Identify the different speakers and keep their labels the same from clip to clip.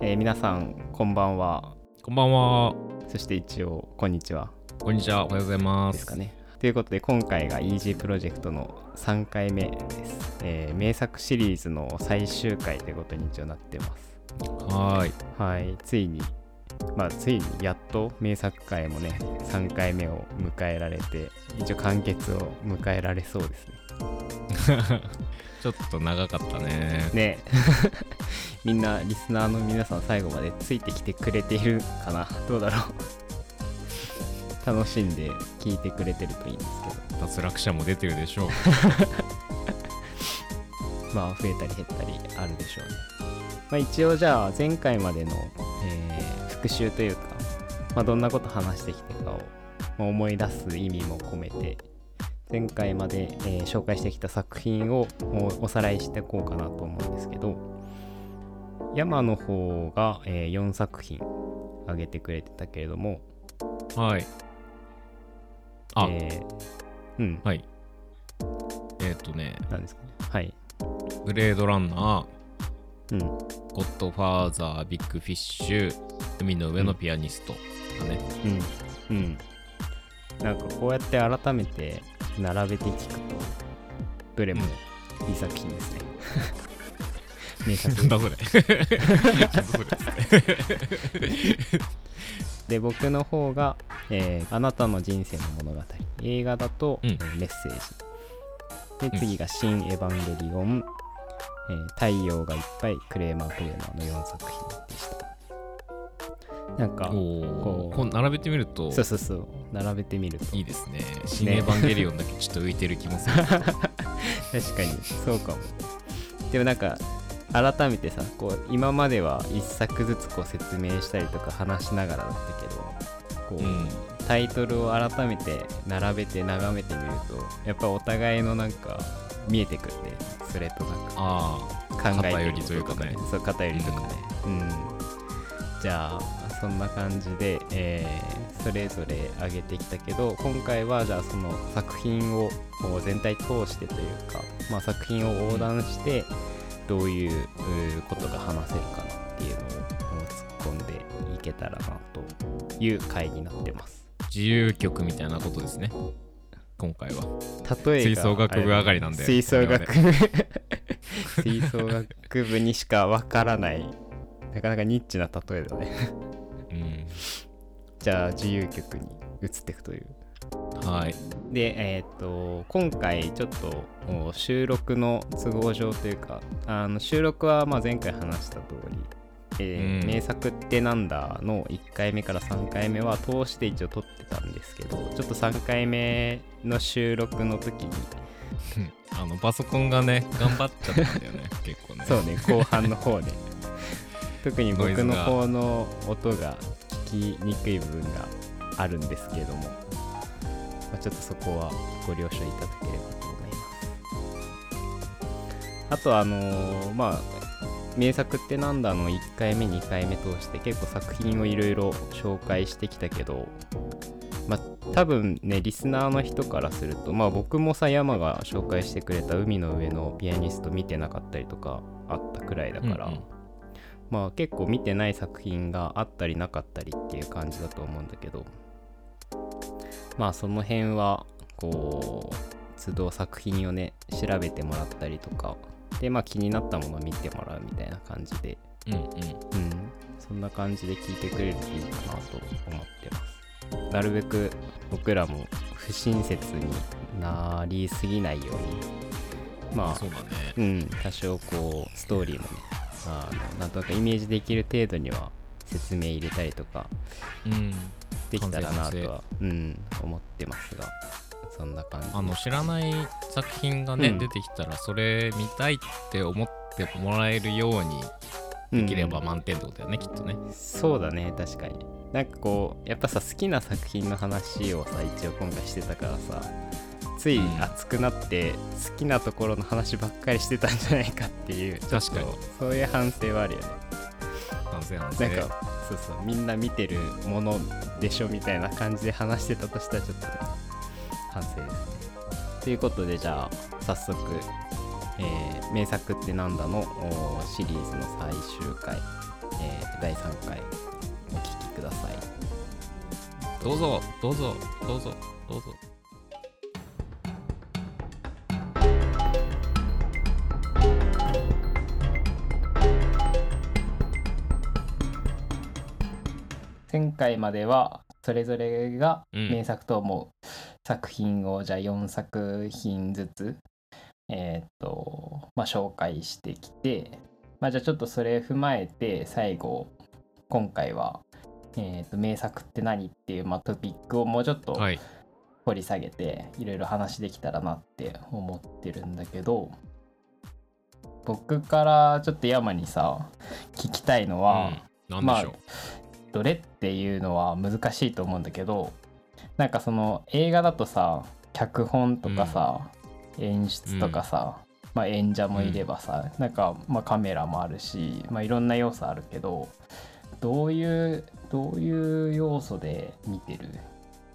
Speaker 1: えー皆さんこんばんは
Speaker 2: こんばんは。
Speaker 1: そして一応こんにちは
Speaker 2: こんにちは。おはようございま。
Speaker 1: ですすかねということで今回が EG プロジェクトの3回目です、えー名作シリーズの最終回ということに一応なってます
Speaker 2: はーい。
Speaker 1: はいついにまあついにやっと名作会もね3回目を迎えられて一応完結を迎えられそうですね
Speaker 2: ちょっと長かったね。
Speaker 1: ね みんなリスナーの皆さん最後までついてきてくれているかなどうだろう楽しんで聞いてくれてるといいんですけ
Speaker 2: 脱落者も出てるでしょう。
Speaker 1: どまあ増えたり減ったりあるでしょうね、まあ、一応じゃあ前回までの、えー復習というか、まあ、どんなこと話してきたかを、まあ思い出す意味も込めて前回まで、えー紹介してきた作品をもうおさらいしていこうかなと思うんですけど山の方が、え4作品挙げてくれてたけれども
Speaker 2: はい。あ、
Speaker 1: えーうん、
Speaker 2: はい。えっ、とね、
Speaker 1: なんですかねはい
Speaker 2: ブレードランナ
Speaker 1: うん
Speaker 2: ー、ゴッドファーザー、ビッグフィッシュ、海の上のピアニストだね。
Speaker 1: うんうんなんかこうやって改めて並べて聞くとどれもいい作品ですね、 名作
Speaker 2: なんだそれ。
Speaker 1: で僕の方が、えーあなたの人生の物語」映画だと、
Speaker 2: うん
Speaker 1: えーメッセージ
Speaker 2: う
Speaker 1: で
Speaker 2: ん
Speaker 1: 次が「新エヴァンゲリオン」えー太陽がいっぱい」「クレーマークレーマー」の4作品でしたなんか
Speaker 2: お
Speaker 1: こう
Speaker 2: お、こう並べてみると
Speaker 1: そうそうそう並べてみると
Speaker 2: いいですね。新エヴァンゲリオンだけちょっと浮いてる気も する。
Speaker 1: 確かにそうかもでもなんか改めてさこう今までは1作ずつこう説明したりとか話しながらだったけどこう、
Speaker 2: うん。
Speaker 1: タイトルを改めて並べて眺めてみるとやっぱお互いのなんか見えてくるねそれとなんか
Speaker 2: あ
Speaker 1: 考えて
Speaker 2: 偏
Speaker 1: る
Speaker 2: りというかね
Speaker 1: そう偏りとかねうん、じゃあそんな感じで、えーそれぞれ上げてきたけど今回はじゃあその作品をこう全体通してというか、まあ、作品を横断してどういううーことが話せるかなっていうのをもう突っ込んでいけたらなという回になってます
Speaker 2: あ、自由曲みたいなことですね。今回は。
Speaker 1: 例えば
Speaker 2: 吹奏楽部上がりなんで
Speaker 1: あれ吹奏楽部 吹奏楽部にしかわからないなかなかニッチな例えだね
Speaker 2: うん。
Speaker 1: じゃあ自由曲に移っていくという
Speaker 2: はい。
Speaker 1: でえっ、と今回ちょっとお収録の都合上というかあの収録はまあ前回話した通り、えー
Speaker 2: うん
Speaker 1: 名作ってなんだ」の1回目から3回目は通して一応撮ってたんですけどちょっと3回目の収録の時に
Speaker 2: うんあのパソコンがね頑張っちゃったんだ よね結構ね
Speaker 1: そうね後半の方で 特に僕の
Speaker 2: ノイズが
Speaker 1: 方の音が聞きにくい部分があるんですけれども、まあ、ちょっとそこはご了承いただければと思いますあとあのーまあ名作ってなんだの1回目2回目通して結構作品をいろいろ紹介してきたけどまあ多分ねリスナーの人からするとまあ僕もさ山が紹介してくれた「海の上のピアニスト」見てなかったりとかあったくらいだから、
Speaker 2: うんうん
Speaker 1: まあ結構見てない作品があったりなかったりっていう感じだと思うんだけどまあその辺はこう都度作品をね調べてもらったりとかでまあ気になったものを見てもらうみたいな感じで
Speaker 2: うんうん
Speaker 1: うんそんな感じで聞いてくれるといいかなと思ってますなるべく僕らも不親切になりすぎないようにまあ
Speaker 2: そうだね
Speaker 1: うん、多少こうストーリーもねあのなんとなくイメージできる程度には説明入れたりとか
Speaker 2: うん
Speaker 1: できたらな
Speaker 2: 完成
Speaker 1: とは、うん、思ってますがそんな感じ
Speaker 2: あの知らない作品がね、
Speaker 1: うん
Speaker 2: 出てきたらそれ見たいって思ってもらえるようにできれば満点ってことだよね、きっとね
Speaker 1: うんそうだね確かになんかこうやっぱさ好きな作品の話をさ一応今回してたからさつい
Speaker 2: うん
Speaker 1: 熱くなって好きなところの話ばっかりしてたんじゃないかっていうちょっと
Speaker 2: 確かに
Speaker 1: そういう反省はあるよね
Speaker 2: 完成完成
Speaker 1: なんか、そうそうみんな見てるものでしょみたいな感じで話してたとしたらちょっとね反省ですね。ということでじゃあ早速、えー名作ってなんだの」のシリーズの最終回、えー第3回お聴きください
Speaker 2: どうぞどうぞどうぞどうぞ
Speaker 1: 前回まではそれぞれが
Speaker 2: うん
Speaker 1: 名作と思う作品をじゃあ4作品ずつえーっとまあ紹介してきてまあじゃあちょっとそれ踏まえて最後今回はえーっと名作って何っていうまあトピックをもうちょっと
Speaker 2: はい
Speaker 1: 掘り下げていろいろ話できたらなって思ってるんだけど僕からちょっと山にさ聞きたいのは、
Speaker 2: うん、なんでしょう、
Speaker 1: どれっていうのは難しいと思うんだけどなんかその映画だとさ脚本とかさ、演出とかさ、まあ、演者もいればさ、なんかまあカメラもあるし、まあ、いろんな要素あるけどどういうどういう要素で見てる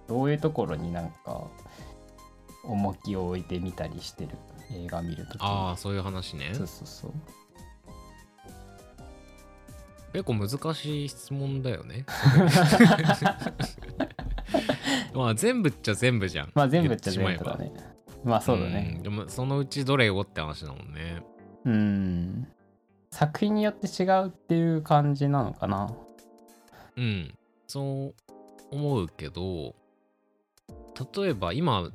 Speaker 1: どういうところになんか重きを置いてみたりしてる映画見るとき
Speaker 2: ああそういう話ね
Speaker 1: そうそうそう
Speaker 2: 結構難しい質問だ よねまあ全部っちゃ全部じゃん
Speaker 1: まあ全部っちゃ
Speaker 2: 言
Speaker 1: 全
Speaker 2: っ
Speaker 1: 部
Speaker 2: てしま
Speaker 1: だ
Speaker 2: えば
Speaker 1: ねまあそうだね、
Speaker 2: んでもそのうちどれをって話だもんね
Speaker 1: うん作品によって違うっていう感じなのかな
Speaker 2: うんそう思うけど例えば今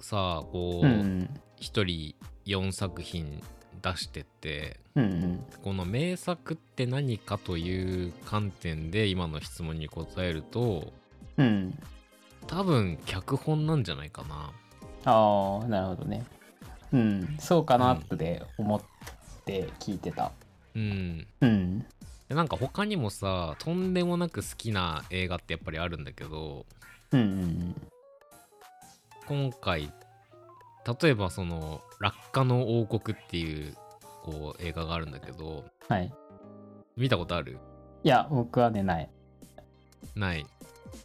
Speaker 2: さこ
Speaker 1: う
Speaker 2: うん一、人4作品出してて
Speaker 1: うんうん
Speaker 2: この名作って何かという観点で今の質問に答えると
Speaker 1: うん
Speaker 2: 多分脚本なんじゃないかな
Speaker 1: ああなるほどねうんそうかなって思って聞いてた
Speaker 2: うん
Speaker 1: うん
Speaker 2: でなんか他にもさとんでもなく好きな映画ってやっぱりあるんだけど
Speaker 1: うんうん
Speaker 2: 今回例えばその「落下の王国」っていうこう映画があるんだけど
Speaker 1: はい
Speaker 2: 見たことある
Speaker 1: いや僕はねない
Speaker 2: ない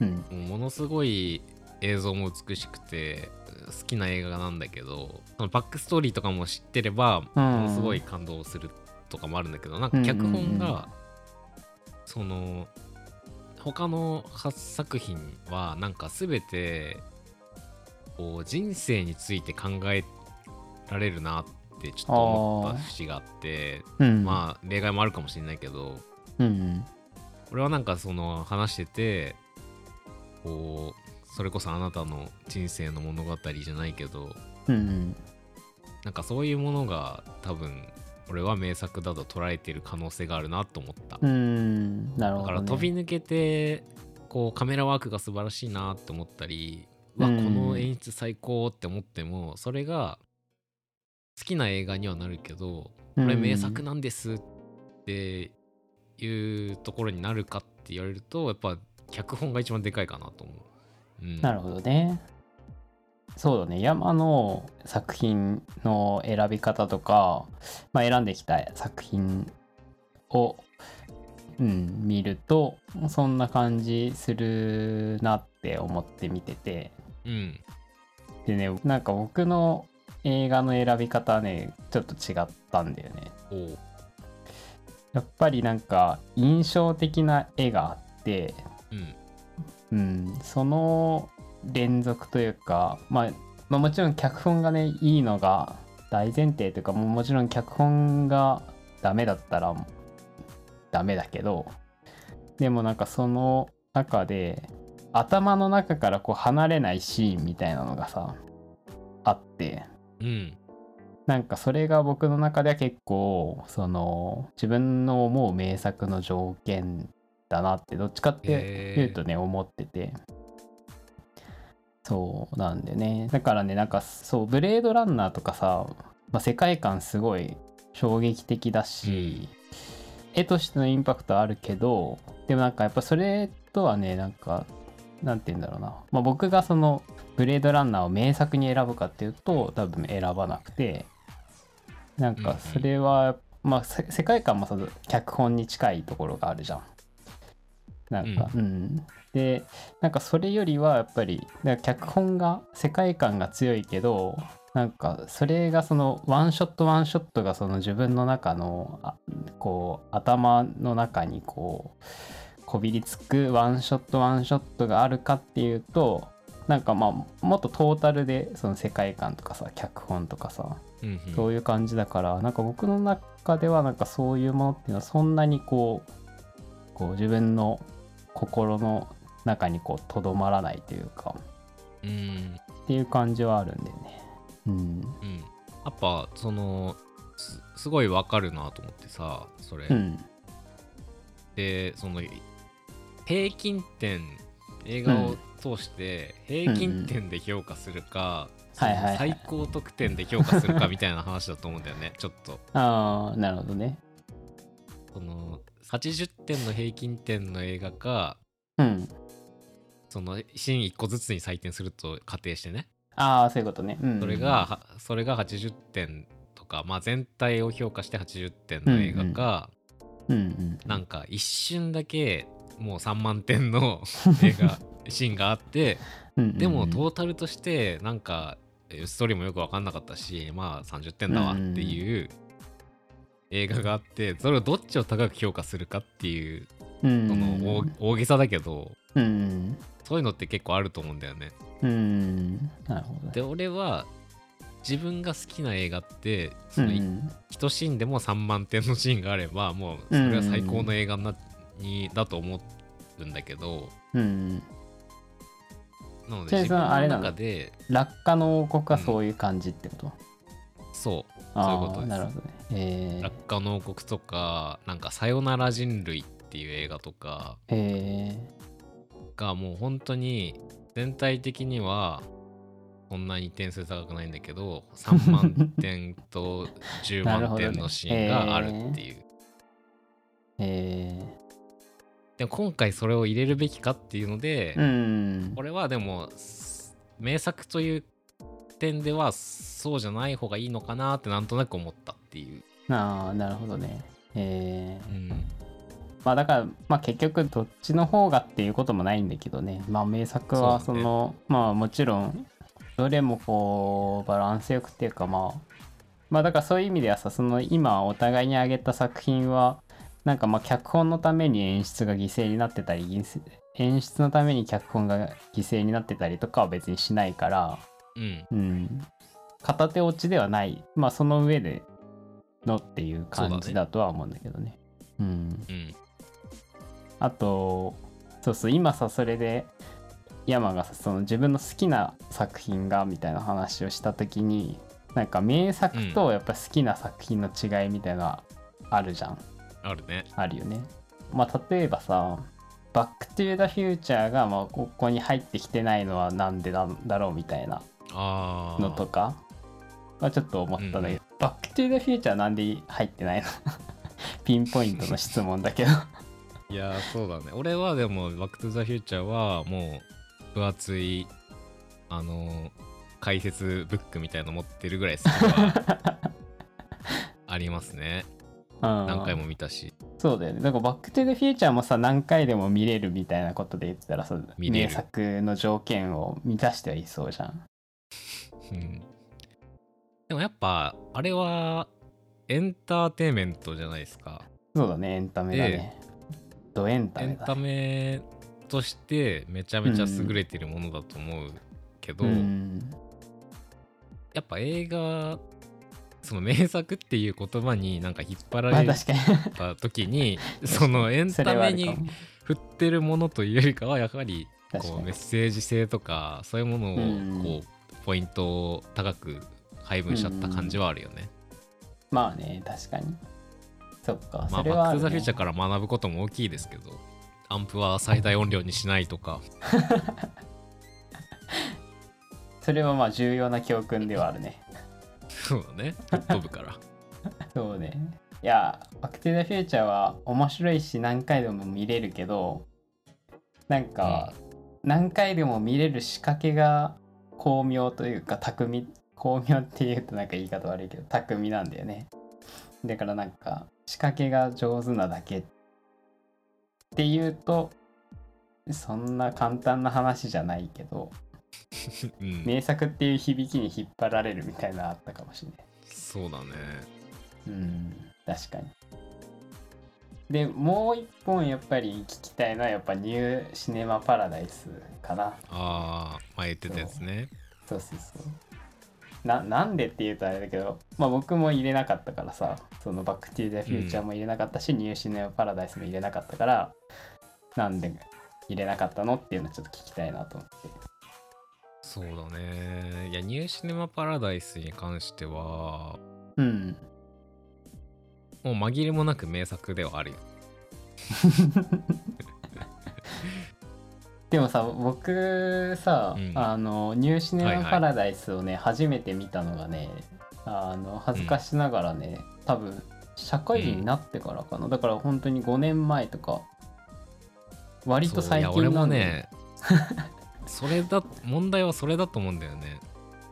Speaker 1: うん
Speaker 2: もうものすごい映像も美しくて好きな映画なんだけどそのバックストーリーとかも知ってればものすごい感動するとかもあるんだけどなんか脚本
Speaker 1: うんうん
Speaker 2: がその他の8作品はなんか全てこう人生について考えられるなってちょっと思った節があって
Speaker 1: うん
Speaker 2: まあ例外もあるかもしれないけど
Speaker 1: うん
Speaker 2: 俺はなんかその話しててこうそれこそあなたの人生の物語じゃないけど
Speaker 1: うんうん
Speaker 2: なんかそういうものが多分俺は名作だと捉えてる可能性があるなと思った
Speaker 1: うんうんなる
Speaker 2: だ
Speaker 1: ほ
Speaker 2: か
Speaker 1: ど
Speaker 2: ら
Speaker 1: ね
Speaker 2: 飛び抜けてこうカメラワークが素晴らしいなって思ったりうわ
Speaker 1: う
Speaker 2: こ
Speaker 1: ん
Speaker 2: の演出最高って思ってもそれが好きな映画にはなるけどこれ名作なんですっていうところになるかって言われるとやっぱ脚本が一番でかいかなと思う。うん、
Speaker 1: なるほどね。そうだね山の作品の選び方とか、まあ、選んできた作品を、うん、見るとそんな感じするなって思って見てて
Speaker 2: うん
Speaker 1: でねなんか僕の映画の選び方はねちょっと違ったんだよね。
Speaker 2: おう
Speaker 1: やっぱりなんか印象的な絵があって
Speaker 2: うん
Speaker 1: うん、その連続というか、まあ、まあもちろん脚本がねいいのが大前提というかもうもちろん脚本がダメだったらダメだけどでもなんかその中で頭の中からこう離れないシーンみたいなのがさあって
Speaker 2: うん
Speaker 1: なんかそれが僕の中では結構その自分の思う名作の条件だなってどっちかっていうとね思っててそうなんでねだからねなんかそう「ブレードランナー」とかさ、まあ、世界観すごい衝撃的だし、絵としてのインパクトあるけどでもなんかやっぱそれとはねなんかなんて言うんだろうな、まあ、僕がそのブレードランナーを名作に選ぶかっていうと多分選ばなくてなん
Speaker 2: うんう
Speaker 1: か
Speaker 2: ん
Speaker 1: それは、まあせ世界観もさ脚本に近いところがあるじゃん。なんか、うんでなんかそれよりはやっぱりだから脚本が世界観が強いけどなんかそれがそのワンショットワンショットがその自分の中のあこう頭の中にこうこびりつくワンショットワンショットがあるかっていうとなんかまあもっとトータルでその世界観とかさ脚本とかさ
Speaker 2: うんうん
Speaker 1: そういう感じだから、なんか僕の中ではなんかそういうものっていうのはそんなにこうこう自分の心の中にこうとどまらないというか
Speaker 2: うん
Speaker 1: っていう感じはあるんだよね。うん、
Speaker 2: うんやっぱそのすすごいわかるなと思ってさそれ、
Speaker 1: うん、
Speaker 2: でその平均点映画を通して平均点で評価するか、その
Speaker 1: はいはいはい
Speaker 2: 最高得点で評価するかみたいな話だと思うんだよね ちょっと
Speaker 1: ああなるほどね。
Speaker 2: その80点の平均点の映画か
Speaker 1: うん、
Speaker 2: そのシーン1個ずつに採点すると仮定してね
Speaker 1: ああそういうことね。うん、
Speaker 2: それが、はそれが80点とか、まあ、全体を評価して80点の映画か、
Speaker 1: うんうん、
Speaker 2: なんか一瞬だけもう3万 点の映画シーンがあって
Speaker 1: うんうん、
Speaker 2: でもトータルとしてなんかえーストーリーもよく分かんなかったしまあ30点だわっていう映画があってそれをどっちを高く評価するかっていう
Speaker 1: そ
Speaker 2: その大大げさだけど
Speaker 1: うん
Speaker 2: そういうのって結構あると思うんだよね。
Speaker 1: うん、なるほどね。
Speaker 2: で俺は自分が好きな映画ってその
Speaker 1: うん
Speaker 2: 一シーンでも3万点のシーンがあればもうそれは最高の映画な、にだと思うんだけど
Speaker 1: うん、
Speaker 2: なので
Speaker 1: チェイ
Speaker 2: 自
Speaker 1: さん
Speaker 2: 分の
Speaker 1: あれなの
Speaker 2: 中で
Speaker 1: 落下の王国はそういう感じってこと、
Speaker 2: そう
Speaker 1: あ
Speaker 2: そういうことです
Speaker 1: あなるほどね。えー
Speaker 2: 落下の王国とかなんか「さよなら人類」っていう映画とか
Speaker 1: え
Speaker 2: がもう本当に全体的にはそんなに点数高くないんだけど3万点と10
Speaker 1: なる
Speaker 2: 万
Speaker 1: ほど
Speaker 2: 点
Speaker 1: ね
Speaker 2: のシーン があるっていう。
Speaker 1: ー、え
Speaker 2: でも今回それを入れるべきかっていうので、
Speaker 1: ー、うん
Speaker 2: こ、れはでもす名作という点ではそうじゃない方がいいのかなってなんとなく思ったっていう、
Speaker 1: ああなるほどね。えー、
Speaker 2: うん、
Speaker 1: まあだから、まあ、結局どっちの方がっていうこともないんだけどね、まあ、名作は
Speaker 2: そ
Speaker 1: そう
Speaker 2: だね
Speaker 1: のまあもちろんどれもこうバランスよくっていうかまあまあだからそういう意味ではさその今お互いに挙げた作品はなんかまあ脚本のために演出が犠牲になってたり犠牲演出のために脚本が犠牲になってたりとかは別にしないから、
Speaker 2: うん、
Speaker 1: うん、片手落ちではないまあその上でのっていう感
Speaker 2: そうだ
Speaker 1: じ
Speaker 2: ね
Speaker 1: だとは思うんだけどね。うん
Speaker 2: うん、
Speaker 1: あとそうそう今さそれで山がさその自分の好きな作品がみたいな話をした時になんか名作とやっぱ好きな作品の違いみたいなあるじゃん、
Speaker 2: あるね。
Speaker 1: あるよね。まあ例えばさ「バック・トゥ・ザ・フューチャー」がまあここに入ってきてないのはなんでなんだろうみたいな
Speaker 2: あ
Speaker 1: のと
Speaker 2: あ、
Speaker 1: かはちょっと思ったんだ
Speaker 2: うん
Speaker 1: け
Speaker 2: う
Speaker 1: ど「バック・トゥ・ザ・フューチャー」なんで入ってないの ピンポイントの質問だ けど。
Speaker 2: いやーそうだね。俺はでも「バック・トゥ・ザ・フューチャー」はもう分厚いあのー解説ブックみたいの持ってるぐらい好きはあります ね。
Speaker 1: 何
Speaker 2: 何回も見たし。
Speaker 1: そうだよね。だからバック・トゥ・ザ・フューチャーもさ何回でも見れるみたいなことで言ってたらさ
Speaker 2: 見れる
Speaker 1: 名作の条件を満たしてはいそうじゃん。
Speaker 2: うん、でもやっぱあれはエンターテインメントじゃないですか。
Speaker 1: そうだねエンタメだね。ドエンタ
Speaker 2: エ
Speaker 1: メ
Speaker 2: ン
Speaker 1: だ、ね。
Speaker 2: タメとしてめちゃめちゃ優れてるものだと思うけど、
Speaker 1: うん
Speaker 2: やっぱ映画その名作っていう言葉になんか引っ張
Speaker 1: ま
Speaker 2: ら
Speaker 1: あ
Speaker 2: れ
Speaker 1: 確かに
Speaker 2: た時に、 そのエ ン
Speaker 1: そ
Speaker 2: タ
Speaker 1: れはあ
Speaker 2: メ
Speaker 1: るか
Speaker 2: に
Speaker 1: も。
Speaker 2: 振ってるものというよりかはやはり
Speaker 1: 確
Speaker 2: こ
Speaker 1: か
Speaker 2: う
Speaker 1: に
Speaker 2: メッ。セージ性とかそういうものを
Speaker 1: うん
Speaker 2: こうポイントを高く配分しちゃった感じはあるよね。
Speaker 1: まあね確かに。そっか、
Speaker 2: まあ、
Speaker 1: それ
Speaker 2: バッ
Speaker 1: はあ
Speaker 2: ク・
Speaker 1: る
Speaker 2: ト
Speaker 1: ね、
Speaker 2: ゥ・ザ・フューチャーから学ぶことも大きいですけど、アンプは最大音量にしないとか、
Speaker 1: それはまあ重要な教訓ではあるね。
Speaker 2: そうだね、吹っ飛ぶから。
Speaker 1: そうね。いや、バック・トゥ・ザ・フューチャーは面白いし何回でも見れるけど、なんか、何回でも見れる仕掛けが巧妙というか、巧み、巧妙って言うとなんか言い方悪いけど、巧みなんだよね。だからなんか、仕掛けが上手なだけっていうと、そんな簡単な話じゃないけど、
Speaker 2: うん、
Speaker 1: 名作っていう響きに引っ張られるみたいなのあったかもしれない
Speaker 2: そうだね
Speaker 1: うん確かにでもう一本やっぱり聞きたいのはやっぱニューシネマパラダイスかな
Speaker 2: ああ前言ってたやつね
Speaker 1: そうそうそうななんでって言うとあれだけど、まあ、僕も入れなかったからさそのバック・ティー・ザ・フューチャーも入れなかったし、ニューシネマ・パラダイスも入れなかったからなんで入れなかったのっていうのをちょっと聞きたいなと思って
Speaker 2: そうだねいやニューシネマパラダイスに関しては
Speaker 1: うん
Speaker 2: もう紛れもなく名作ではあるよ
Speaker 1: でもさ僕さ、
Speaker 2: うん
Speaker 1: あのニューシネ
Speaker 2: はい
Speaker 1: マ・
Speaker 2: はい
Speaker 1: パラダイスをね、初めて見たのがねあの恥ずかしながらね、多分社会人になってからかな、だから本当に5年前とか割と最
Speaker 2: そういや俺
Speaker 1: 近
Speaker 2: も
Speaker 1: なんだよ
Speaker 2: ねそれだ問題はそれだと思うんだよね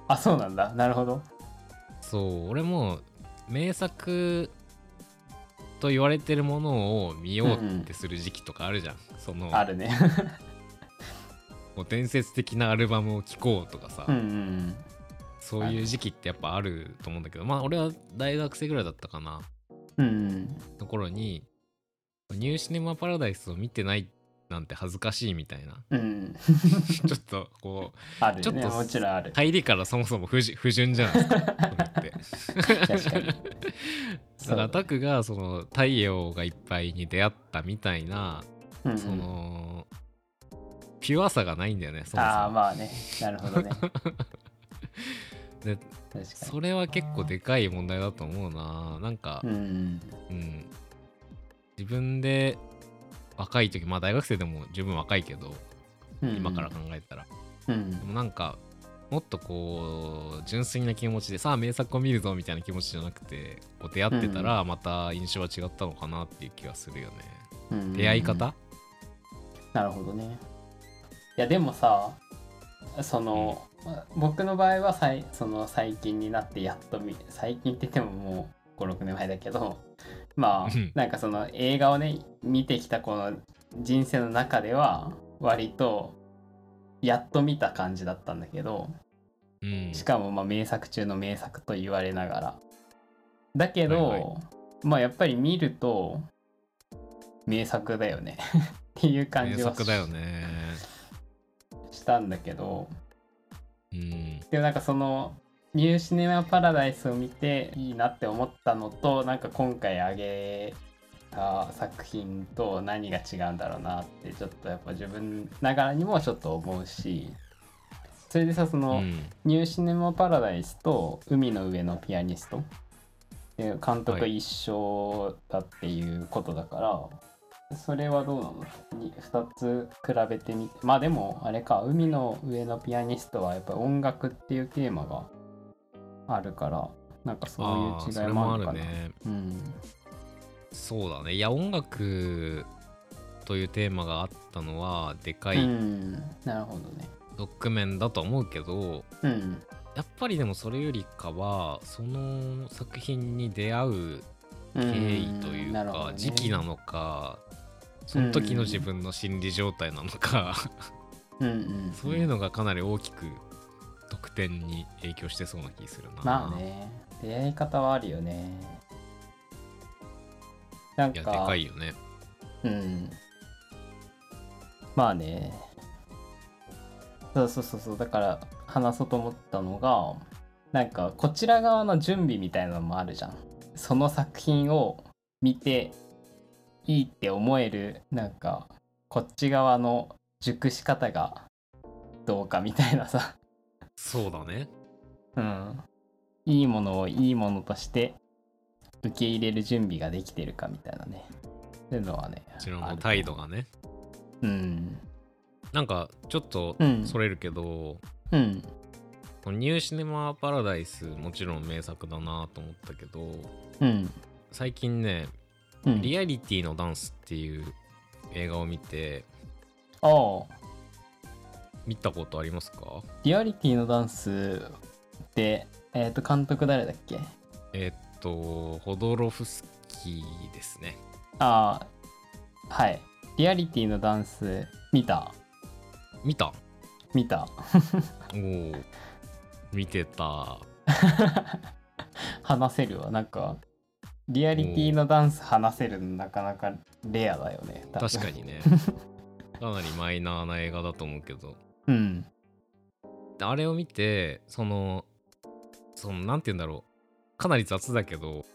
Speaker 1: あそうなんだなるほど
Speaker 2: そう俺も名作と言われてるものを見ようってする時期とかあるじゃん、その
Speaker 1: あるね
Speaker 2: こう伝説的なアルバムを聴こうとかさ、
Speaker 1: うんうん
Speaker 2: そういう時期ってやっぱあると思うんだけどまあ俺は大学生ぐらいだったかな
Speaker 1: うんうん
Speaker 2: の頃に「ニューシネマ・パラダイス」を見てないなんて恥ずかしいみた いな
Speaker 1: うんうん
Speaker 2: ちょっとこう
Speaker 1: ある
Speaker 2: ちょ
Speaker 1: よ
Speaker 2: っ
Speaker 1: ね
Speaker 2: と
Speaker 1: もちろんある、
Speaker 2: 入りからそもそも不純不純じゃないですかと思って
Speaker 1: 確 かに
Speaker 2: だからタクがその太陽がいっぱいに出会ったみたいな
Speaker 1: うんうん
Speaker 2: その、ピュアさがないんだよねそも
Speaker 1: ああ
Speaker 2: そも
Speaker 1: まあねなるほどね確か
Speaker 2: で
Speaker 1: に
Speaker 2: それは結構でかい問題だと思うななんか、
Speaker 1: うんうん
Speaker 2: うん、自分で若い時まあ大学生でも十分若いけど
Speaker 1: うん
Speaker 2: 今から考えたら、
Speaker 1: うん
Speaker 2: でもなんかもっとこう純粋な気持ちでさあ名作を見るぞみたいな気持ちじゃなくてこう出会ってたらまた印象は違ったのかなっていう気がするよね、
Speaker 1: うん
Speaker 2: 出会い方
Speaker 1: なるほどねいやでもさその、僕の場合はさいその最近になってやっと見最近って言ってももう56年前だけどまあ
Speaker 2: うん
Speaker 1: なんかその映画をね見てきたこの人生の中では割とやっと見た感じだったんだけど
Speaker 2: うん
Speaker 1: しかもまあ名作中の名作と言われながらだけど、
Speaker 2: はいは
Speaker 1: まあやっぱり見ると名作だよね っていう感
Speaker 2: 名
Speaker 1: じは
Speaker 2: 作だよね
Speaker 1: したんだけど
Speaker 2: うん
Speaker 1: でもなんかその「ニューシネマ・パラダイス」を見ていいなって思ったのとなんか今回挙げた作品と何が違うんだろうなってちょっとやっぱ自分ながらにもちょっと思うしそれでさその、
Speaker 2: うん
Speaker 1: ニューシネマ・パラダイスと「海の上のピアニスト」っていう監督
Speaker 2: はい
Speaker 1: 一緒だっていうことだから、それはどうなの ?2 つ比べてみてまあでもあれか「海の上のピアニスト」はやっぱり音楽っていうテーマがあるからなんかそう
Speaker 2: ああ
Speaker 1: い
Speaker 2: そう
Speaker 1: 違い
Speaker 2: れ
Speaker 1: も
Speaker 2: も
Speaker 1: あ
Speaker 2: あ
Speaker 1: るか
Speaker 2: る
Speaker 1: な。
Speaker 2: ね
Speaker 1: うん
Speaker 2: そうだねいや音楽というテーマがあったのはでか
Speaker 1: う
Speaker 2: い
Speaker 1: ん、なるほどね。
Speaker 2: 側面だと思うけど
Speaker 1: うん
Speaker 2: やっぱりでもそれよりかはその作品に出会う
Speaker 1: うん
Speaker 2: 経緯という
Speaker 1: なるほ
Speaker 2: か、
Speaker 1: どね
Speaker 2: 時期なのかその時の自分の心理状態なのか、
Speaker 1: うんうん、
Speaker 2: そういうのがかなり大きく得点に影響してそうな気するな。
Speaker 1: まあね出会い方はあるよねなん
Speaker 2: い
Speaker 1: か
Speaker 2: やでかいよね。
Speaker 1: うんまあねそうそうそうそうだから話そうと思ったのがなんかこちら側の準備みたいなのもあるじゃんその作品を見ていいって思えるなんかこっち側の熟し方がどうかみたいなさ
Speaker 2: そうだね。
Speaker 1: うん、いいものをいいものとして受け入れる準備ができてるかみたいなねそういうのはね
Speaker 2: こちらの態度がね。
Speaker 1: うん
Speaker 2: なんかちょっと
Speaker 1: うん
Speaker 2: それるけど、
Speaker 1: うん
Speaker 2: このニューシネマ・パラダイスもちろん名作だなと思ったけど
Speaker 1: うん
Speaker 2: 最近ね
Speaker 1: うん
Speaker 2: 「リアリティのダンス」っていう映画を見て
Speaker 1: ああ
Speaker 2: 見たことありますか
Speaker 1: リアリティのダンスってえっ、と監督誰だっけ
Speaker 2: えーっと、ホドロフスキーですね。
Speaker 1: ああはいリアリティのダンス見た
Speaker 2: 見た
Speaker 1: 見た
Speaker 2: おお見てた
Speaker 1: 話せるわなんかリアリティのダンス話せるのなかなかレアだよね多分
Speaker 2: 確かにねかなりマイナーな映画だと思うけど
Speaker 1: うん
Speaker 2: であれを見てそのそのなんて言うんだろうかなり雑だけど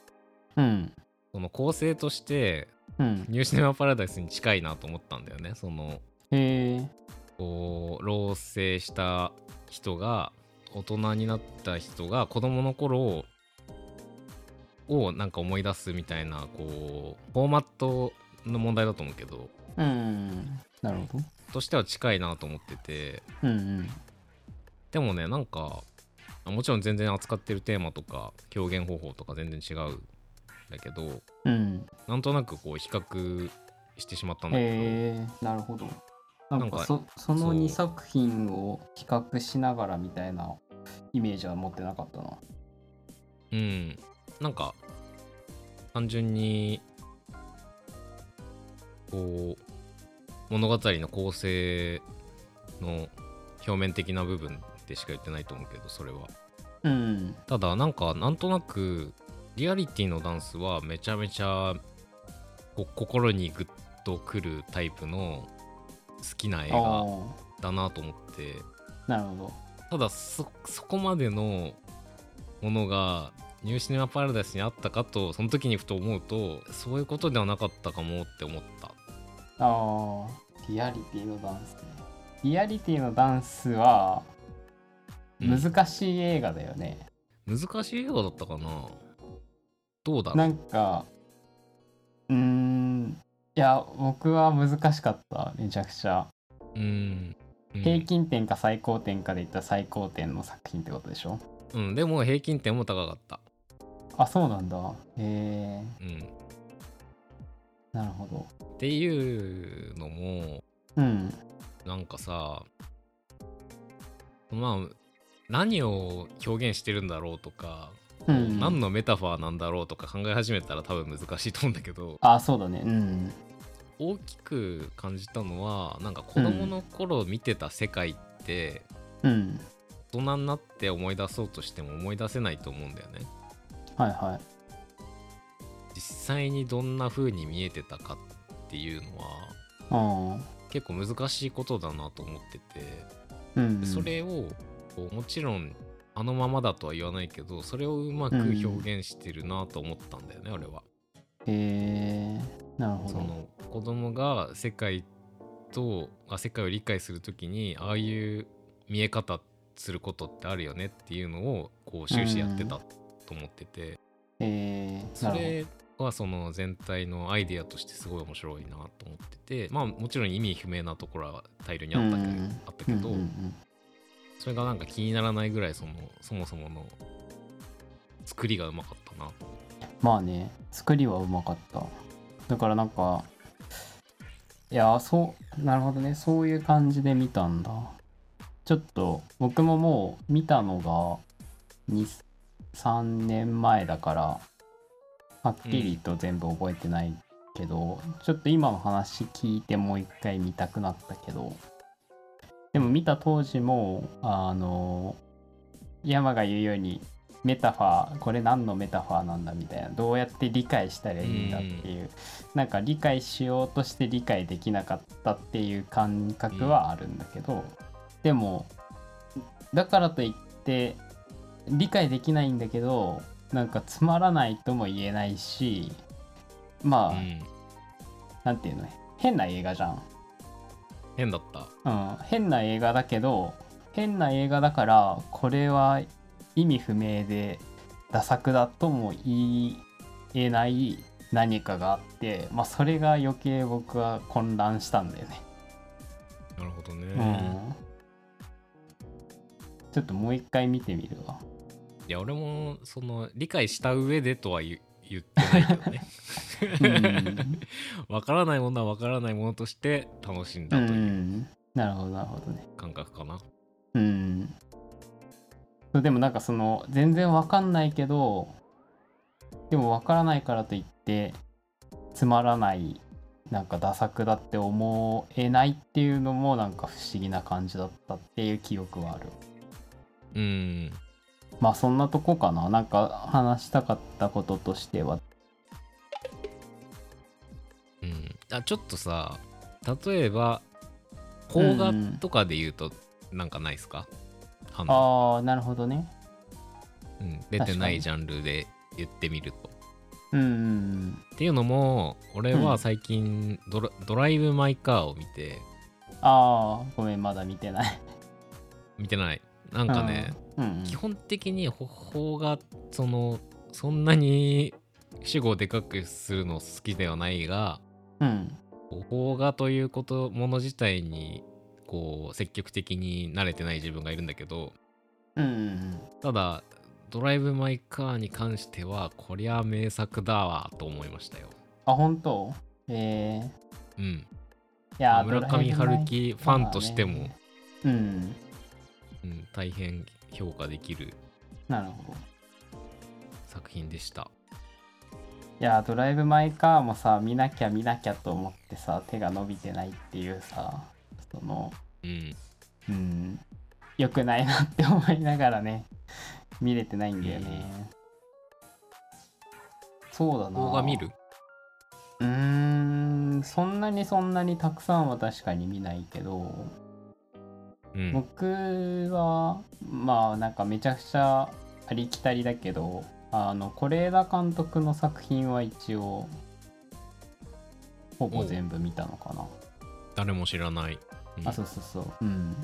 Speaker 1: うん
Speaker 2: その構成として
Speaker 1: うん
Speaker 2: ニューシネマパラダイスに近いなと思ったんだよねその
Speaker 1: へえ
Speaker 2: こう老成した人が大人になった人が子供の頃ををなんか思い出すみたいなこうフォーマットの問題だと思うけど
Speaker 1: うんなるほど
Speaker 2: としては近いなと思ってて
Speaker 1: うん
Speaker 2: でもねなんかあもちろん全然扱ってるテーマとか表現方法とか全然違うんだけど
Speaker 1: うんうん
Speaker 2: なんとなくこう比較してしまったんだけど、
Speaker 1: へえなるほどな
Speaker 2: なんん
Speaker 1: か
Speaker 2: か
Speaker 1: そその2
Speaker 2: そ
Speaker 1: 作品を比較しながらみたいなイメージは持ってなかったな
Speaker 2: うんなんか単純にこう物語の構成の表面的な部分でしか言ってないと思うけどそれは
Speaker 1: うん
Speaker 2: ただなんかなんとなくリアリティのダンスはめちゃめちゃこう心にグッとくるタイプの好きな映
Speaker 1: あ
Speaker 2: 画だなと思って
Speaker 1: あなるほ
Speaker 2: ただそそこまでのものがニューシネマ・パラダイスにあったかとその時にふと思うとそういうことではなかったかもって思った
Speaker 1: どああリアリティのダンスねリアリティのダンスは
Speaker 2: うん
Speaker 1: 難しい映画だよね、
Speaker 2: 難しい映画だったかなどうだろう
Speaker 1: なんかうーんいや僕は難しかっためちゃくちゃ
Speaker 2: うん、うん
Speaker 1: 平均点か最高点かで言ったら最高点の作品ってことでしょ
Speaker 2: うん、でも平均点も高かった
Speaker 1: あそうなんだへえ
Speaker 2: うん
Speaker 1: なるほど
Speaker 2: っていうのも
Speaker 1: うん
Speaker 2: なんかさまあ何を表現してるんだろうとか、
Speaker 1: うん
Speaker 2: 何のメタファーなんだろうとか考え始めたら多分難しいと思うんだけど
Speaker 1: あそうだねうん
Speaker 2: 大きく感じたのはなんか子どもの頃見てた世界って、
Speaker 1: うん
Speaker 2: 大人になって思い出そうとしても思い出せないと思うんだよね。
Speaker 1: はいはい
Speaker 2: 実際にどんな風に見えてたかっていうのは
Speaker 1: あ
Speaker 2: 結構難しいことだなと思ってて。
Speaker 1: あうん
Speaker 2: それをこうもちろんあのままだとは言わないけどそれをうまく表現してるなと思ったんだよね、俺は。
Speaker 1: へえなるほ
Speaker 2: そ
Speaker 1: ど
Speaker 2: の子供が世界とあ世界を理解する時にああいう見え方することってあるよねっていうのをこう終始やってたと思ってて、
Speaker 1: へえ
Speaker 2: そ
Speaker 1: なる
Speaker 2: れはその全体のアイデアとしてすごい面白いなと思っててまあもちろん意味不明なところは大量にあったけど,、
Speaker 1: うん
Speaker 2: あった
Speaker 1: ほ
Speaker 2: け
Speaker 1: ど
Speaker 2: ど、
Speaker 1: うんうん
Speaker 2: それがなんか気にならないぐらいそのそもそもの作りがうまかったな
Speaker 1: まあね作りはうまかっただからなんかいやーそうなるほどねそういう感じで見たんだちょっと僕ももう見たのが23年前だからはっきりと全部覚えてないけど、ちょっと今の話聞いてもう一回見たくなったけどでも見た当時もあの山が言うようにメタファーこれ何のメタファーなんだみたいなどうやって理解したらいいんだっていう、なんか理解しようとして理解できなかったっていう感覚はあるんだけど、でもだからといって理解できないんだけどなんかつまらないとも言えないしまあ、
Speaker 2: うん、
Speaker 1: なんていうのね変な映画じゃん
Speaker 2: 変だった
Speaker 1: うん、変な映画だけど変な映画だからこれは意味不明でダ作だとも言えない何かがあって、まあ、それが余計僕は混乱したんだよね。
Speaker 2: なるほど
Speaker 1: う
Speaker 2: ね、
Speaker 1: ん、ちょっともう一回見てみるわ。
Speaker 2: いや俺もその理解した上でとは言言ってないけどね
Speaker 1: うん
Speaker 2: わからないものはわからないものとして楽しん
Speaker 1: う、
Speaker 2: だというん
Speaker 1: なるほどなるほどね。
Speaker 2: 感覚かな
Speaker 1: うん。そうでもなんかその全然わかんないけどでもわからないからといってつまらないなんかダサ作だって思えないっていうのもなんか不思議な感じだったっていう記憶はある
Speaker 2: うん
Speaker 1: まあそんなとこかななんか話したかったこととしては
Speaker 2: うんあちょっとさ例えば邦画とかで言うとなんかないですか、あの
Speaker 1: ああなるほどね
Speaker 2: うん、出てないジャンルで言ってみると
Speaker 1: うんうん
Speaker 2: っていうのも俺は最近ドラ,、ドライブ・マイ・カーを見て
Speaker 1: ああごめんまだ見てない
Speaker 2: 見てないなんかね、
Speaker 1: うんうん
Speaker 2: 基本的に方がそのそんなに主語をでかくするの好きではないが
Speaker 1: うん
Speaker 2: 邦画ということもの自体にこう積極的に慣れてない自分がいるんだけど
Speaker 1: うんうん
Speaker 2: ただドライブ・マイ・カーに関してはこりゃ名作だわと思いましたよ。
Speaker 1: あ本当えー、
Speaker 2: うん、
Speaker 1: いやー
Speaker 2: 村上春樹ファンとしても、
Speaker 1: ドラえもんね
Speaker 2: うん、大変評価できる
Speaker 1: うんなるほど
Speaker 2: 作品でした。
Speaker 1: いやードライブ・マイ・カーもさ見なきゃ見なきゃと思ってさ手が伸びてないっていうさその
Speaker 2: うん、
Speaker 1: うん良くないなって思いながらね見れてないんだよね、そうだな
Speaker 2: 邦画見る
Speaker 1: うーんそんなにそんなにたくさんは確かに見ないけど
Speaker 2: うん、
Speaker 1: 僕はまあなんかめちゃくちゃありきたりだけどあの是枝監督の作品は一応ほぼ全部見たのかな、
Speaker 2: 誰も知らない。うん
Speaker 1: あそうそうそううん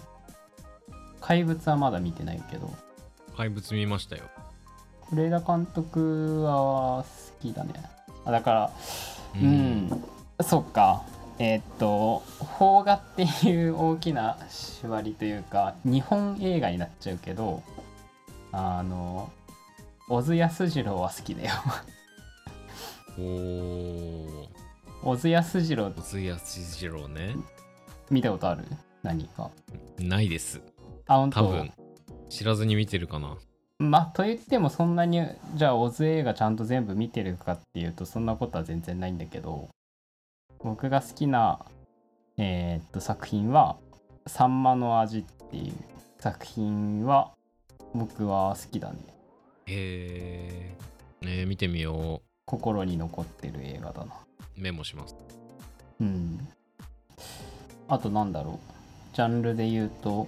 Speaker 1: 怪物はまだ見てないけど
Speaker 2: 怪物見ましたよ。
Speaker 1: 是枝監督は好きだねあだから
Speaker 2: う
Speaker 1: うん、そっかえーっと邦画っていう大きな縛りというか日本映画になっちゃうけどあの小津安二郎は好きだよ
Speaker 2: おお。
Speaker 1: 小津安二郎
Speaker 2: 小津安二郎ね。
Speaker 1: 見たことある何か
Speaker 2: ないです。
Speaker 1: あ本当
Speaker 2: 多分。知らずに見てるかな。
Speaker 1: まあと言ってもそんなにじゃあ小津映画ちゃんと全部見てるかっていうとそんなことは全然ないんだけど僕が好きな、えーっと作品は「さんまの味」っていう作品は僕は好きだね
Speaker 2: へえ。ねえ見てみよ
Speaker 1: 心に残ってる映画だな
Speaker 2: う。メモします。
Speaker 1: うんあとなんだろうジャンルで言うと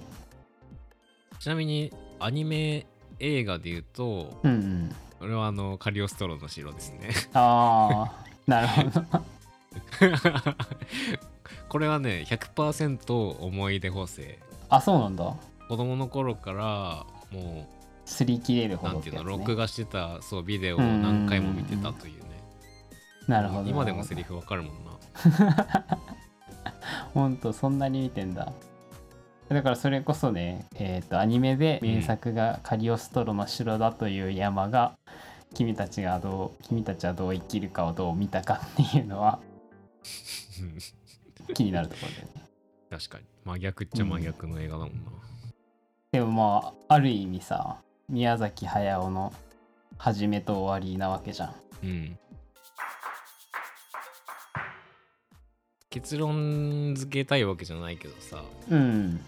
Speaker 2: ちなみに、アニメ映画で言うと、
Speaker 1: うんうん
Speaker 2: 俺はあの、カリオストロの城ですね。
Speaker 1: ああ なるほど
Speaker 2: これはね、100%思い出補正。
Speaker 1: あそうなんだ
Speaker 2: 子供の頃から、も
Speaker 1: 擦り切れる
Speaker 2: う、
Speaker 1: ほ
Speaker 2: な
Speaker 1: ど
Speaker 2: ん
Speaker 1: ってて
Speaker 2: いう
Speaker 1: や
Speaker 2: の、
Speaker 1: つ、ね、
Speaker 2: 録画してた、そう、ビデオを何回も見てたというね。
Speaker 1: なるほど
Speaker 2: 今でもセリフわかるもんな。
Speaker 1: ほんとそんなに見てんだだからそれこそねえっ、とアニメで
Speaker 2: うん
Speaker 1: 名作がカリオストロの城だという山が、君たちがどう君たちはどう生きるかをどう見たかっていうのは 気になるところだよね
Speaker 2: 確かに。真逆っちゃ真逆の映画だもんな。
Speaker 1: でもまあある意味さ宮崎駿の始めと終わりなわけじゃん
Speaker 2: うん。結論付けたいわけじゃないけどさ、
Speaker 1: うん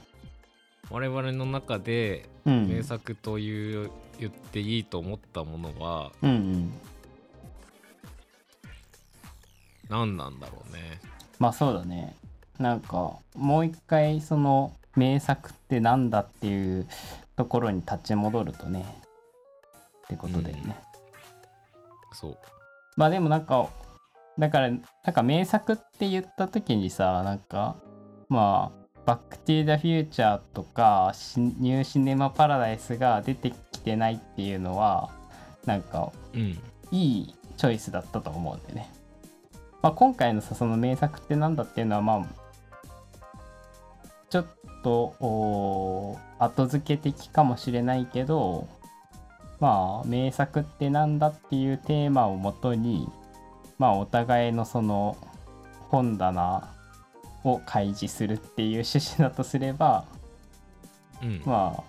Speaker 2: 我々の中で
Speaker 1: うんうん
Speaker 2: 名作という、言っていいと思ったものは
Speaker 1: うん
Speaker 2: 何なんだろうね。
Speaker 1: まあそうだねなんかもう一回その名作ってなんだっていうところに立ち戻るとねってことだよね、
Speaker 2: うんそう。
Speaker 1: まあでもなんかだからなんか名作って言った時にさなんかまあ「バック・トゥ・ザ・フューチャー」とかシ「ニュー・シネマ・パラダイス」が出てきてないっていうのはなんか
Speaker 2: うん。
Speaker 1: いいチョイスだったと思うんでね、まあ、今回のさその名作ってなんだっていうのはまあちょっとおー後付け的かもしれないけどまあ名作ってなんだっていうテーマをもとにまあお互いのその本棚を開示するっていう趣旨だとすれば
Speaker 2: うん。
Speaker 1: まあ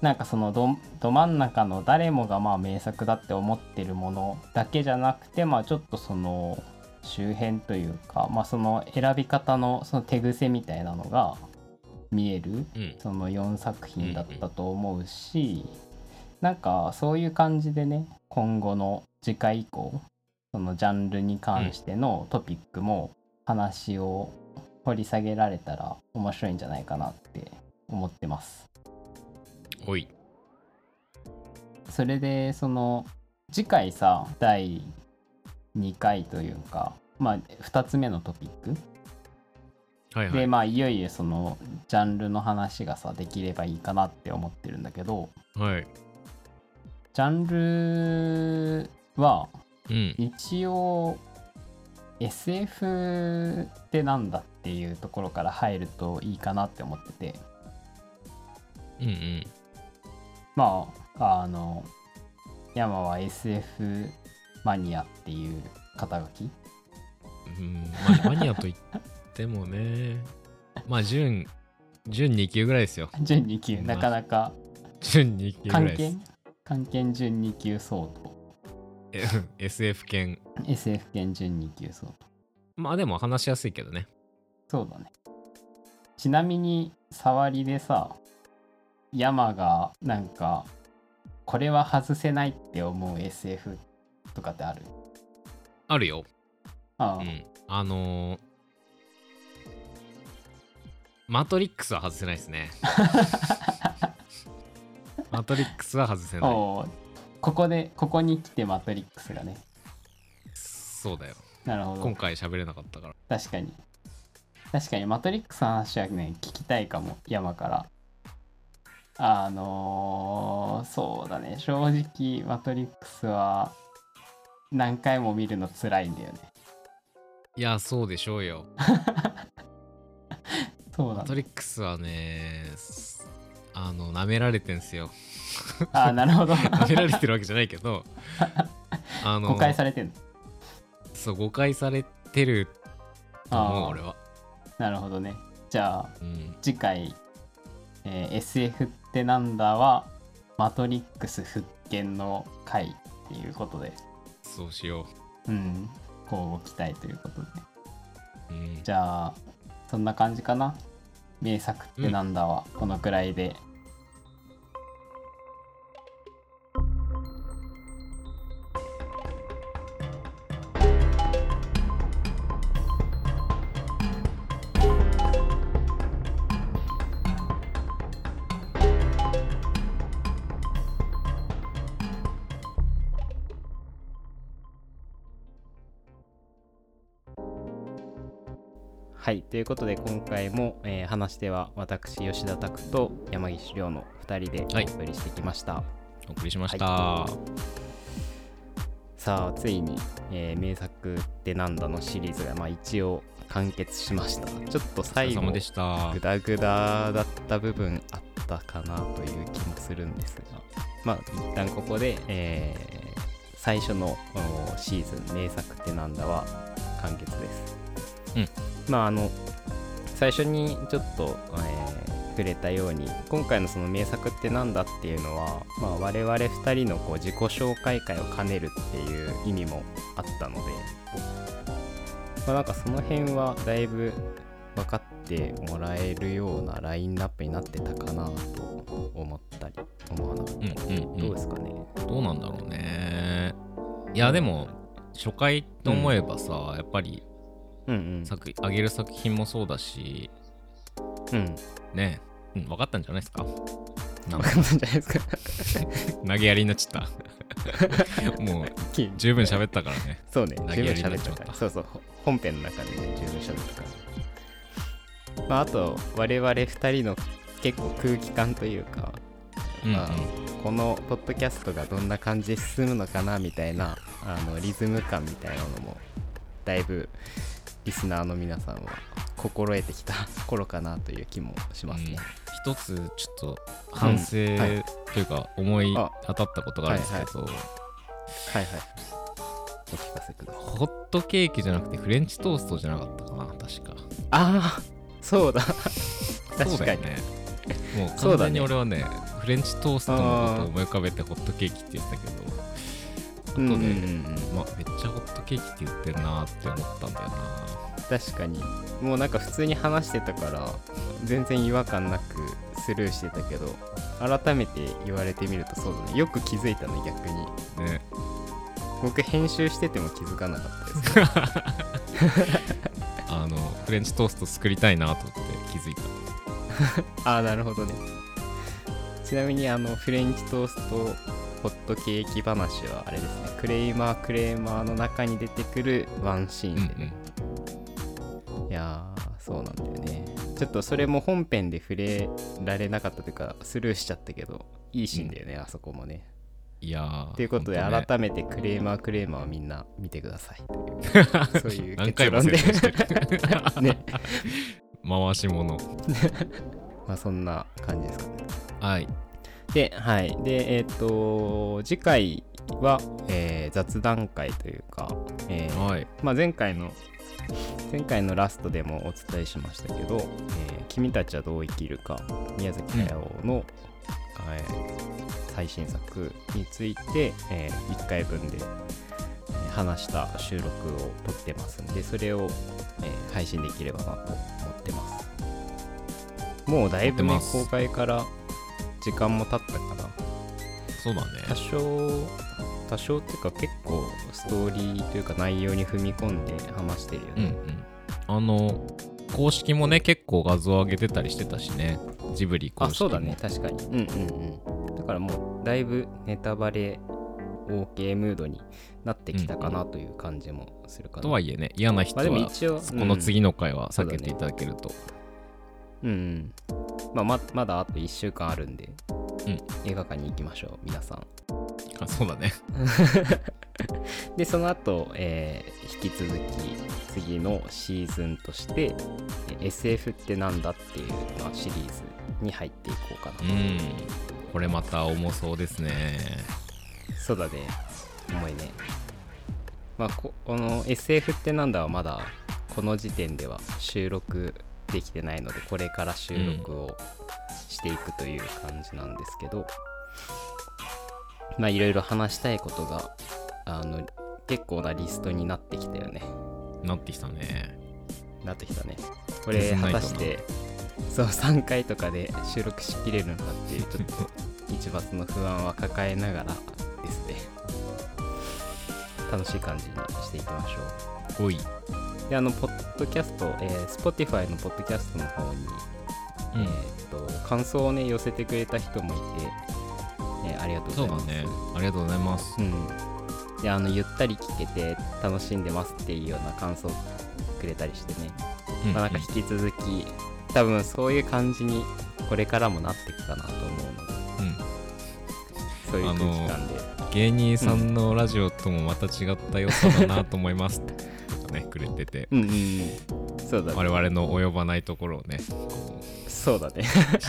Speaker 1: なんかそのどど真ん中の誰もがまあ名作だって思ってるものだけじゃなくてまあちょっとその
Speaker 3: 周辺というか、まあ、その選び方のその手癖みたいなのが見える
Speaker 2: うん
Speaker 3: その4作品だったと思うし、なんかそういう感じでね今後の次回以降そのジャンルに関してのトピックも話を掘り下げられたら面白いんじゃないかなって思ってます。
Speaker 2: おい
Speaker 3: それでその次回さ第2回というかまあ2つ目のトピック
Speaker 2: はいは
Speaker 3: で
Speaker 2: い
Speaker 3: まあいよいよそのジャンルの話がさできればいいかなって思ってるんだけど
Speaker 2: はい
Speaker 3: ジャンルは
Speaker 2: うん
Speaker 3: 一応 SF ってなんだっていうところから入るといいかなって思ってて
Speaker 2: うんうん
Speaker 3: まああの山は SF マニアっていう肩書き
Speaker 2: うんまあマニアと言ってもねまあ準準2級ぐらいですよ
Speaker 3: 準2級なかなか
Speaker 2: 準2級ぐら
Speaker 3: 関
Speaker 2: いです
Speaker 3: 係関係準2級相当
Speaker 2: えうん SF 犬
Speaker 3: SF 圏準2級相当
Speaker 2: まあでも話しやすいけどね
Speaker 3: そうだねちなみに触りでさ山がなんかこれは外せないって思う SF とかってある
Speaker 2: あるよ、
Speaker 3: あ
Speaker 2: う
Speaker 3: あ、
Speaker 2: ん、あのーマトリックスは外せないで すねマトリックスは外せない
Speaker 3: おうここでここに来てマトリックスがね
Speaker 2: そうだよ
Speaker 3: なるほ
Speaker 2: 今
Speaker 3: ど
Speaker 2: 回喋れなかったから
Speaker 3: 確かに確かにマトリックスの話はね聞きたいかも山からあのーそうだね正直マトリックスは何回も見るの辛いんだよね
Speaker 2: いやそうでしょうよ
Speaker 3: そうだ
Speaker 2: マ
Speaker 3: ね
Speaker 2: トリックスはねすあの舐められてんすよ
Speaker 3: ああなるほ ど
Speaker 2: 舐められてるわけじゃないけ どあの
Speaker 3: 誤解されてる
Speaker 2: そう誤解されてると思う俺は、
Speaker 3: なるほどねじゃあ
Speaker 2: うん、
Speaker 3: 次回、えー SF ってなんだはマトリックス復権の回っていうことで
Speaker 2: そうしよ
Speaker 3: うんこう期待ということで
Speaker 2: う、うん、
Speaker 3: じゃあそんな感じかな名作ってなんだは、このくらいで
Speaker 1: はいということで今回も、えー話しては私吉田拓と山岸亮の2人で
Speaker 2: はい
Speaker 1: お送りしてきました、
Speaker 2: お送りしました、
Speaker 1: はいさあついに、えー名作ってなんだのシリーズが、まあ、一応完結しましたちょっと
Speaker 2: お疲れ
Speaker 1: 最後
Speaker 2: 様でした
Speaker 1: グダグダだった部分あったかなという気もするんですがまあ一旦ここで、えー最初のこのシーズン名作ってなんだは完結です、
Speaker 2: うん
Speaker 1: まああの最初にちょっと、えー触れたように今回のその名作ってなんだっていうのは、まあ、我々2人のこう自己紹介会を兼ねるっていう意味もあったので、まあ、なんかその辺はだいぶ分かってもらえるようなラインナップになってたかなと思ったり思わなかったり、
Speaker 2: うんうんうん
Speaker 1: どうですかね
Speaker 2: どうなんだろうねいやでも初回と思えばさ、やっぱり
Speaker 1: うんうん
Speaker 2: 作あげる作品もそうだし
Speaker 1: うん
Speaker 2: ねうん、分かったんじゃないですか なん
Speaker 1: 分
Speaker 2: か
Speaker 1: かったんじゃない ですか
Speaker 2: 投げやりになっちゃった もう十分喋ったからね
Speaker 1: そうね
Speaker 2: 投げ
Speaker 1: 十分
Speaker 2: やりにな
Speaker 1: 喋
Speaker 2: っ
Speaker 1: っ
Speaker 2: ちま
Speaker 1: た
Speaker 2: っ
Speaker 1: か
Speaker 2: た
Speaker 1: らそうそうほ本編の中でね十分喋ったからまああと我々2人の結構空気感というか、
Speaker 2: うん、うん
Speaker 1: まあ、このポッドキャストがどんな感じで進むのかなみたいなあのリズム感みたいなのもだいぶリスナーの皆さんは心得てきた 頃かなという気もしますね。
Speaker 2: 一つちょっと反省
Speaker 1: はい
Speaker 2: というか思い
Speaker 1: あ
Speaker 2: 当たったことがあるんですけど、
Speaker 1: はいはい。お聞かせください。
Speaker 2: ホットケーキじゃなくてフレンチトーストじゃなかったかな確か
Speaker 1: ああそうだ確
Speaker 2: そう
Speaker 1: か
Speaker 2: だよ
Speaker 1: に。
Speaker 2: ねもう
Speaker 1: そうだ
Speaker 2: 完
Speaker 1: ね
Speaker 2: 全に俺はねフレンチトーストのことを思い浮かべてホットケーキって言ってたけどことで、
Speaker 1: うんうんうん
Speaker 2: まあ、めっちゃホットケーキって言ってるなって思ったんだよな。
Speaker 1: 確かにもうなんか普通に話してたから全然違和感なくスルーしてたけど改めて言われてみるとそうだねよく気づいたね逆に
Speaker 2: ね、
Speaker 1: 僕編集してても気づかなかった です
Speaker 2: あのフレンチトースト作りたいなと思って気づいた。
Speaker 1: ああなるほどねちなみにあのフレンチトーストホットケーキ話はあれですねクレイマークレーマーの中に出てくるワンシーン
Speaker 2: うんう
Speaker 1: で
Speaker 2: ん
Speaker 1: ね、いやーそうなんだよねちょっとそれも本編で触れられなかったというかスルーしちゃったけどいいシーンだよね、あそこもね
Speaker 2: いやー
Speaker 1: ということで
Speaker 2: ほんね
Speaker 1: 改めてクレーマークレーマーをみんな見てください というそういう結
Speaker 2: 何回も
Speaker 1: 論で
Speaker 2: 説明して る
Speaker 1: ね
Speaker 2: 回し物
Speaker 1: まあそんな感じですかね
Speaker 2: はい
Speaker 1: で、はい。で、えっ、と、次回は、えー雑談会というか、えー
Speaker 2: はい
Speaker 1: まあ、前回の、前回のラストでもお伝えしましたけど、えー君たちはどう生きるか、宮崎駿の、えー最新作について、え1回分で、えー話した収録を撮ってますんで、それを、えー配信できればなと思ってます。もうだいぶ
Speaker 2: 思
Speaker 1: ね
Speaker 2: ってます
Speaker 1: 公開から時間も経ったから
Speaker 2: そうだね
Speaker 1: 多少多少っていうか結構ストーリーというか内容に踏み込んで話してるよ
Speaker 2: うんう
Speaker 1: ね、
Speaker 2: んあの公式もね結構画像上げてたりしてたしねジブリ公式
Speaker 1: あ
Speaker 2: も
Speaker 1: そうだね確かにうんうんうんだからもうだいぶネタバレ OK ムードになってきたかなという感じもするかな、
Speaker 2: とはいえね嫌な人
Speaker 1: まあでも
Speaker 2: は
Speaker 1: 一応
Speaker 2: この次
Speaker 1: の
Speaker 2: の回は避け
Speaker 1: そうだ
Speaker 2: て
Speaker 1: ね
Speaker 2: いただけると、
Speaker 1: うん、うんまあ、ままだあと1週間あるんで、
Speaker 2: うん
Speaker 1: 映画館に行きましょう皆さん
Speaker 2: あそうだね
Speaker 1: でその後、えー引き続き次のシーズンとしてえー SF ってなんだっていう、まあ、シリーズに入っていこうか
Speaker 2: う
Speaker 1: な、
Speaker 2: んこれまた重そうですね
Speaker 1: そうだね重いねまあここの SF ってなんだはまだこの時点では収録できてないのでこれから収録をしていくという感じなんですけど、まあいろいろ話したいことがあの結構なリストになってきたよね
Speaker 2: なってきたね
Speaker 1: なってきたねこ
Speaker 2: 消
Speaker 1: れ
Speaker 2: せな
Speaker 1: 果
Speaker 2: いとな
Speaker 1: たしてそう3回とかで収録しきれるのかっていうちょっと一抜の不安は抱えながらですね楽しい感じにしていきましょう
Speaker 2: おい
Speaker 1: であのポッドキャスト、えー Spotify のポッドキャストの方に、
Speaker 2: うん
Speaker 1: えーっと感想をね寄せてくれた人もいて、えーありがとうござ
Speaker 2: そう
Speaker 1: い
Speaker 2: だ
Speaker 1: ます
Speaker 2: ねありがとうございます
Speaker 1: うん、であのゆったり聞けて楽しんでますっていうような感想くれたりしてね
Speaker 2: うん
Speaker 1: まあ、なんか引き続き多分そういう感じにこれからもなっていくかなと思うので
Speaker 2: うん
Speaker 1: そういう空気感で、
Speaker 2: 芸人さんのラジオともまた違った良さだなと思いますとかねくれてて
Speaker 1: うんうんうんそうだね
Speaker 2: 我々の及ばないところをねこう
Speaker 1: そうだね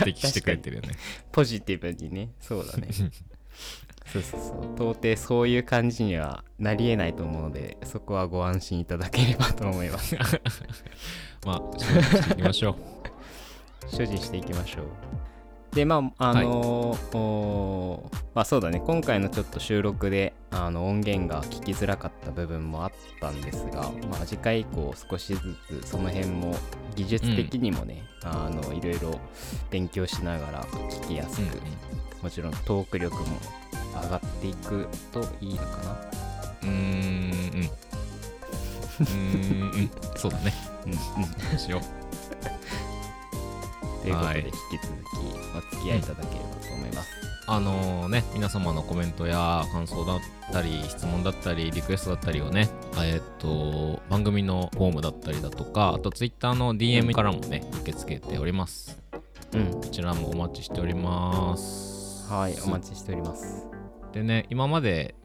Speaker 2: 指摘してくれてるよね
Speaker 1: ポジティブにねそうだね そうそうそう到底そういう感じにはなりえないと思うのでそこはご安心いただければと思います
Speaker 2: まあ承認していきましょ
Speaker 1: 精進していきましょうでまああのーおーまあそうだね今回のちょっと収録であの音源が聞きづらかった部分もあったんですが、まあ、次回以降少しずつその辺も技術的にもね、あのいろいろ勉強しながら聞きや
Speaker 2: う、
Speaker 1: す
Speaker 2: うん
Speaker 1: く、
Speaker 2: うん
Speaker 1: もちろんトーク力も上がっていくといいのかな
Speaker 2: うーんうんうーんうんそうだね
Speaker 1: うんうん
Speaker 2: そうしよ
Speaker 1: ということ
Speaker 2: は
Speaker 1: で
Speaker 2: い
Speaker 1: 引き続きお付き合いいただければと思います、
Speaker 2: うあのね皆様のコメントや感想だったり質問だったりリクエストだったりをねえーっと番組のフォームだったりだとかあと Twitter の DM からもね受け付けております
Speaker 1: うん
Speaker 2: こちらもお待ちしております。
Speaker 1: はいお待ちしております
Speaker 2: でね、今まで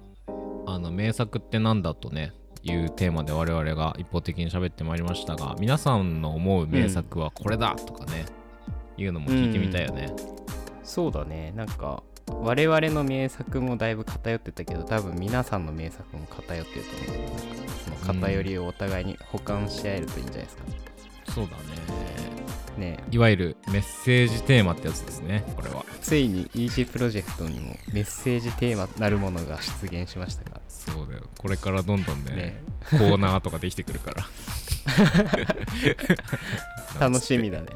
Speaker 2: あの名作ってなんだとね、いうテーマで我々が一方的に喋ってまいりましたが、皆さんの思う名作はこれだとかね、いうのも聞いてみたいよね。
Speaker 1: そうだねなんか我々の名作もだいぶ偏ってたけど多分皆さんの名作も偏ってると思うその偏りをお互いに補完し合えるといいんじゃないですか、
Speaker 2: そうだね。
Speaker 1: ね
Speaker 2: いわゆるメッセージテーマってやつですねこれは
Speaker 1: ついに EG プロジェクトにもメッセージテーマなるものが出現しましたか
Speaker 2: そうだよこれからどんどんね
Speaker 1: らね
Speaker 2: コーナーとかできてくるから
Speaker 1: 楽しみだね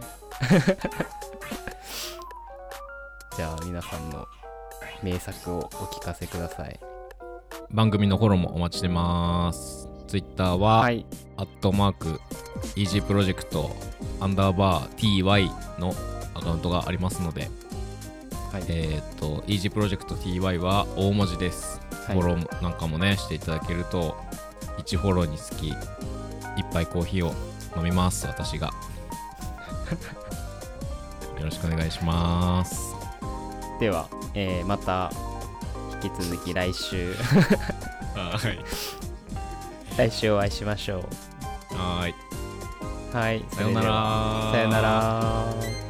Speaker 1: じゃあ皆さんの名作をお聞かせください
Speaker 2: 番組のフォローもお待ちしてますツイッターは、
Speaker 1: はい
Speaker 2: アットマーク EG プロジェクトアンダーバー TY のアカウントがありますので、
Speaker 1: はい、
Speaker 2: えーっと EG プロジェクト TY は大文字です、
Speaker 1: はい
Speaker 2: フォローなんかもねしていただけると1フォローにつき1杯コーヒーを飲みます私 がよろしくお願いします
Speaker 1: では、えーまた引き続き来週
Speaker 2: はい
Speaker 1: 来週お会いしましょ
Speaker 2: はーいう
Speaker 1: はい
Speaker 2: さようなら
Speaker 1: それではさようなら